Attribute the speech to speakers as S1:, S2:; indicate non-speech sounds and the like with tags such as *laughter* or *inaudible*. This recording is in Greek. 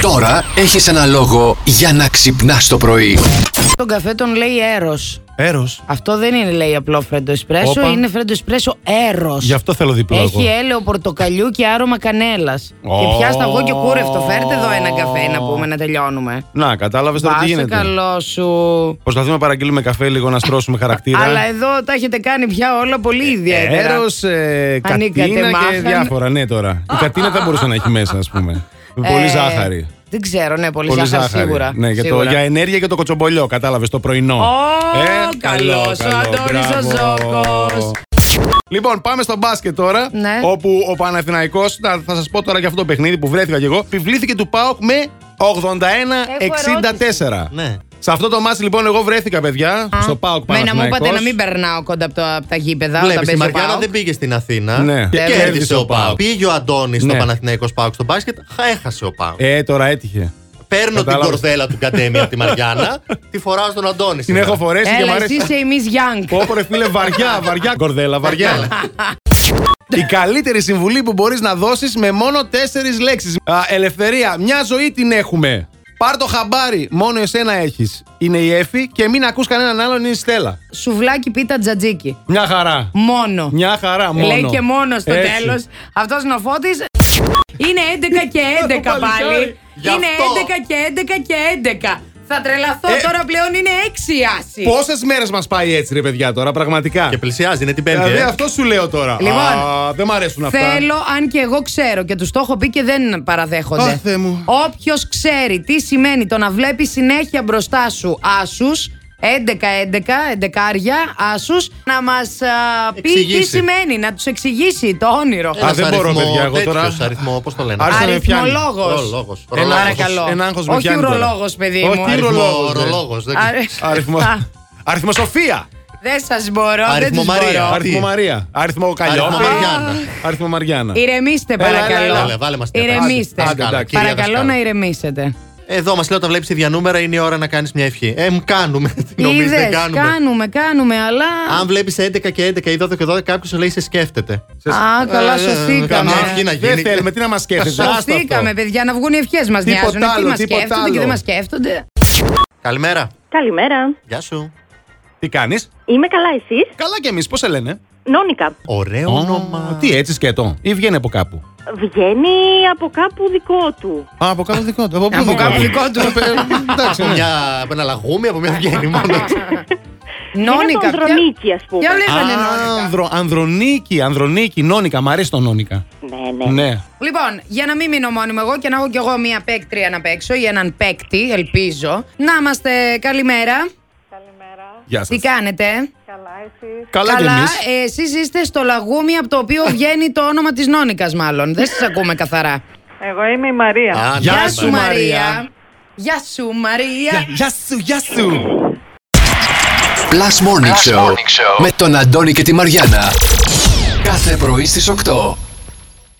S1: Τώρα έχεις ένα λόγο για να ξυπνάς το πρωί.
S2: Τον καφέ τον λέει έρος.
S3: Έρος.
S2: Αυτό δεν είναι λέει απλό φρέντο εσπρέσο,
S3: Όπα.
S2: είναι φρέντο εσπρέσο έρος.
S3: Γι' αυτό θέλω διπλό
S2: Έχει
S3: εγώ.
S2: έλαιο πορτοκαλιού και άρωμα κανέλας.
S3: Ω.
S2: Και πιάστα εγώ και κούρευτο. Φέρτε εδώ ένα καφέ να πούμε να τελειώνουμε.
S3: Να, κατάλαβες τώρα τι
S2: Πάσε
S3: γίνεται.
S2: καλό σου.
S3: Προσπαθούμε να παραγγείλουμε καφέ λίγο να στρώσουμε χαρακτήρα. Ε,
S2: Αλλά εδώ τα έχετε κάνει πια όλα πολύ ιδιαίτερα.
S3: Έρος, ε,
S2: Ανήκατε,
S3: κατίνα και
S2: μάθαν.
S3: διάφορα. Ναι, τώρα. Η κατίνα δεν μπορούσε να έχει μέσα, ας πούμε. Με πολύ
S2: Ε,
S3: ζάχαρη.
S2: Δεν ξέρω, ναι, πολύ, ζάχαρη, σίγουρα.
S3: Ναι, για, το,
S2: σίγουρα.
S3: για ενέργεια και το κοτσομπολιό, κατάλαβες το πρωινό. Ε,
S2: Ω, καλός ο Αντώνης ο
S3: μπράβο.
S2: Ζώκος.
S3: Λοιπόν, πάμε στο μπάσκετ τώρα.
S2: Ναι.
S3: Όπου ο Παναθηναϊκός, θα, θα σας πω τώρα για αυτό το παιχνίδι που βρέθηκα κι εγώ, επιβλήθηκε του Πάοκ με 81-64.
S4: Ναι.
S3: Σε αυτό το μάτς λοιπόν εγώ βρέθηκα παιδιά στο ΠΑΟΚ
S2: Μένα μου είπατε
S3: Παναθηναϊκός.
S2: να μην περνάω κοντά από, το- από τα γήπεδα όταν
S4: Βλέπεις, η
S2: παίζει ο
S4: Μαριάννα
S2: ΠΑΟΚ.
S4: δεν πήγε στην Αθήνα.
S3: Ναι.
S4: Και
S3: Ε,
S4: κέρδισε ο Πάοκ. Πήγε ο Αντώνης στο
S3: Ναι.
S4: Παναθηναϊκός Πάοκ στο μπάσκετ. χα- Έχασε ο Πάοκ.
S3: Ε, τώρα έτυχε.
S4: Παίρνω την
S3: κατάλαβα.
S4: κορδέλα του Καντέμι από τη
S3: *laughs*
S4: Μαριάννα, τη φοράω στον Αντώνη.
S3: Την έχω φορέσει και μου
S2: Έλα, εσύ
S3: αρέσει.
S2: είσαι η Miss Young.
S3: Όπω ρε φίλε, βαριά, βαριά κορδέλα, βαριά.
S4: Ναι,
S3: Η καλύτερη συμβουλή που μπορείς να δώσεις με μόνο τέσσερις λέξεις. Ελευθερία, μια ζωή την έχουμε. Πάρ το χαμπάρι, μόνο εσένα έχεις. Είναι η Εφη και μην ακούς κανέναν άλλον, είναι η Στέλλα.
S2: Σουβλάκι πίτα τζατζίκι.
S3: Μια χαρά.
S2: Μόνο.
S3: Μια χαρά, μόνο.
S2: Λέει και μόνο στο
S3: Έτσι.
S2: τέλος. Αυτός είναι ο φώτη. Είναι 11 και 11
S3: Το
S2: πάλι.
S3: παλικάρι.
S4: Γι'
S2: Είναι
S4: αυτό.
S2: 11 και 11 και 11. Θα τρελαθώ
S3: Ε.
S2: τώρα πλέον είναι 6 η άση.
S3: Πόσες μέρες μας πάει έτσι, ρε παιδιά τώρα, πραγματικά.
S4: Και πλησιάζει, είναι την Πέμπτη.
S3: Δηλαδή
S4: ε.
S3: αυτό σου λέω τώρα.
S2: Λοιπόν,
S3: Α, δεν μ' αρέσουν αυτά.
S2: Θέλω, αν και εγώ ξέρω και τους το έχω πει και δεν παραδέχονται.
S3: Ω, Θεέ μου.
S2: Όποιος ξέρει τι σημαίνει το να βλέπεις συνέχεια μπροστά σου άσους. 11-11, εντεκάρια, άσους, να μας πει τι
S4: Εξηγήσει.
S2: σημαίνει, να τους εξηγήσει το όνειρο.
S4: Ένας
S3: δεν μπορώ,
S4: αριθμό
S3: παιδιά, εγώ
S4: τέτοιος,
S3: τώρα.
S4: αριθμό, πώ το λένε.
S3: Άρχισε να με πιάνει.
S2: Αριθμολόγος.
S4: Ρολόγος,
S3: Ένα
S4: ρολόγος.
S2: Παρακαλώ.
S3: άγχος, Ένα άγχος με
S2: Ε, Όχι
S3: πιάνει τώρα.
S2: ουρολόγος, παιδί
S3: Όχι
S2: μου.
S3: ουρολόγος.
S4: Αριθμό,
S3: Ρολόγος, ναι.
S4: ρολόγος, δεν
S2: Αρι-
S4: ξέρω.
S3: Αριθμό. Αριθμοσοφία.
S2: Δεν σας μπορώ, δεν
S4: Αριθμό
S2: τους
S4: Μαρία.
S2: μπορώ.
S4: Αρι-
S3: Αριθμό Μαρία. Αριθμό Καλλιόπη.
S4: Αριθμό Μαριάννα.
S3: Αριθμό Μαριάννα.
S2: Ηρεμήστε,
S3: Έλα, έλα, έλα,
S2: παρακαλώ.
S4: έλα, βάλε μας την
S2: Ηρεμήστε.
S4: Άντε, άντε, κυρία
S2: Παρακαλώ
S4: δασκάλα.
S2: να ηρεμήσετε.
S4: Εδώ μας λέει όταν βλέπεις ίδια νούμερα είναι η ώρα να κάνεις μια ευχή. Ε, μ, κάνουμε. *laughs* Τι νομίζεις,
S2: Είδε,
S4: δεν κάνουμε.
S2: κάνουμε, κάνουμε, αλλά.
S4: Αν βλέπεις 11 και 11 ή 12 και 12, κάποιος σου λέει σε σκέφτεται. Σε
S2: Α, καλά,
S4: ε,
S2: σωθήκαμε.
S4: καμιά ευχή να
S3: Δεν
S4: γίνει.
S3: θέλουμε, τι να μας σκέφτεσαι. άστο αυτό.
S2: Σωθήκαμε, παιδιά, να βγουν οι ευχές μας.
S3: Τίποτα
S2: Νοιάζουν τι
S3: άλλο,
S2: μας
S3: τίποτα
S2: σκέφτονται και
S3: άλλο.
S2: τι μας σκέφτονται.
S4: Καλημέρα.
S5: Καλημέρα.
S4: Γεια σου.
S3: Τι κάνεις.
S5: Είμαι καλά, εσείς.
S3: Καλά κι εμείς, πώς σε λένε.
S5: Νόνικα.
S4: Ωραίο όνομα.
S3: Τι έτσι σκέτο. Ή βγαίνει από κάπου.
S5: Βγαίνει από κάπου δικό του.
S3: Α, από κάπου δικό του. Από, Ε,
S2: Από κάπου δικό του.
S3: Εντάξει,
S4: Από,
S3: ναι.
S4: μια, από ένα λαγούμι, από μια
S3: *laughs*
S4: βγαίνει μόνο.
S5: Είναι
S2: Νόνικα.
S5: από τον Δρονίκη, ας πούμε.
S2: Ποια λέγανε Νόνικα.
S3: Άνδρο, ανδρονίκη, ανδρονίκη, νόνικα. Μ' αρέσει το νόνικα.
S5: Ναι, ναι.
S3: Ναι.
S2: Λοιπόν, για να μην μείνω μόνη μου εγώ και να έχω κι εγώ μία παίκτρια να παίξω ή έναν παίκτη, ελπίζω. Να είμαστε, καλημέρα.
S6: Καλημέρα.
S3: Γεια σα.
S2: Τι κάνετε. ε?
S6: Καλά, εσείς.
S3: Καλά κι
S2: Καλά,
S3: εμείς.
S2: ε, εσείς είστε στο λαγούμι από το οποίο βγαίνει το όνομα της Νόνικας μάλλον. Δεν σας ακούμε καθαρά.
S6: Εγώ είμαι η Μαρία.
S4: Α,
S3: Γεια
S4: ναι,
S2: Γεια
S3: σου,
S2: σου
S4: ναι.
S2: Μαρία. Γεια σου Μαρία.
S3: Γεια σου, γεια σου.
S1: Plus Morning, Show, με τον Αντώνη και τη Μαριάνα. Κάθε πρωί στις 8.